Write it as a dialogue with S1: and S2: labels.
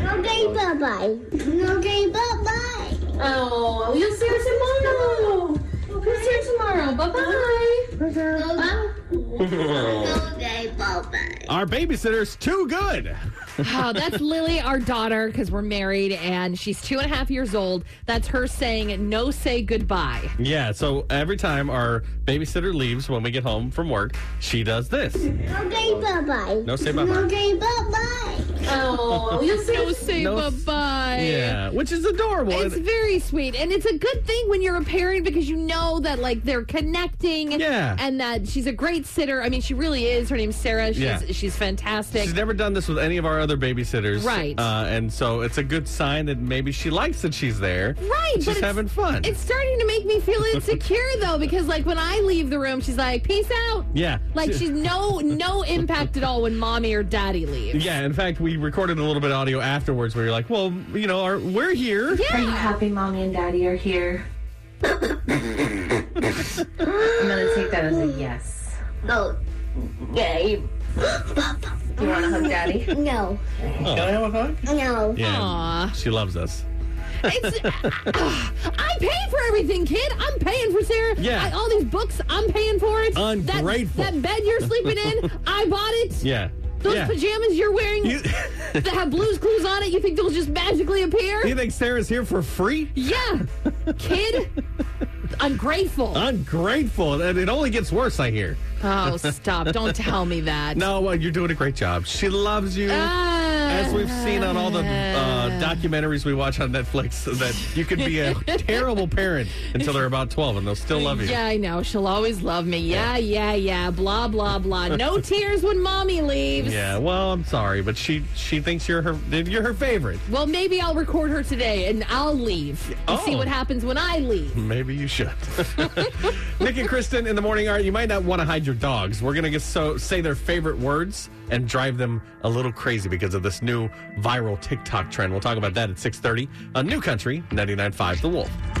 S1: gay bye-bye. No gay bye-bye.
S2: Oh, you'll see her tomorrow. You'll see her tomorrow. Bye bye.
S1: No gay bye-bye.
S3: Our babysitter's too good.
S4: Oh, that's Lily, our daughter, because we're married and she's two and a half years old. That's her saying, no, say goodbye.
S3: Yeah, so every time our babysitter leaves when we get home from work, she does this.
S1: No gay bye-bye.
S3: No say
S1: No
S3: bye-bye.
S1: gay bye-bye.
S2: Oh, you'll see.
S4: No, say
S3: No, s-
S4: goodbye.
S3: Yeah, which is adorable.
S4: It's
S3: And-
S4: very sweet. And it's a good thing when you're a parent because you know that, like, they're connecting.
S3: Yeah.
S4: And that she's a great sitter. I mean, she really is. Her name's Sarah. She's,
S3: Yeah.
S4: she's fantastic.
S3: She's never done this with any of our other babysitters.
S4: Right.
S3: Uh, and so it's a good sign that maybe she likes that she's there.
S4: Right, but
S3: She's
S4: it's-
S3: having fun.
S4: It's starting to make me feel insecure though, because like when I leave the room, she's like, "Peace out."
S3: Yeah.
S4: Like she's no no impact at all when mommy or daddy leaves.
S3: Yeah, in fact, we recorded a little bit of audio afterwards where you're like, well, you know, our, we're here.
S4: Yeah.
S5: Are you happy mommy and daddy are here? I'm gonna take that as a yes.
S1: No gay.
S5: You wanna hug daddy?
S1: No.
S3: Oh.
S6: Can I have a hug?
S1: No.
S3: Yeah.
S4: Aw.
S3: She loves us.
S4: It's, uh, Ugh, I pay for everything, kid. I'm paying for Sarah.
S3: Yeah.
S4: I, all these books, I'm paying for it. That-
S3: Ungrateful.
S4: That, bed you're sleeping in, I bought it.
S3: Yeah.
S4: Those
S3: yeah.
S4: pajamas you're wearing
S3: You,
S4: that have blues clues on it, you think those just magically appear?
S3: you think Sarah's here for free?
S4: yeah. Kid, ungrateful.
S3: Ungrateful. And it only gets worse, I hear.
S4: Oh, stop. Don't tell me that.
S3: No, uh, you're doing a great job. She loves you.
S4: Ah.
S3: As we've seen on all the uh, documentaries we watch on Netflix, that you can be a terrible parent until they're about 12 and they'll still love you.
S4: Yeah, I know. She'll always love me. Yeah, yeah, yeah. Blah, blah, blah. No tears when mommy leaves.
S3: Yeah, well, I'm sorry, but she she thinks you're her you're her favorite.
S4: Well, maybe I'll record her today and I'll leave and
S3: Oh.
S4: see what happens when I leave.
S3: Maybe you should. Nick and Kristen in the morning are. You might not want to hide your dogs. We're gonna get so say their favorite words and drive them a little crazy because of this new viral TikTok trend. We'll talk about that at 6:30. A new country 99.5 The Wolf.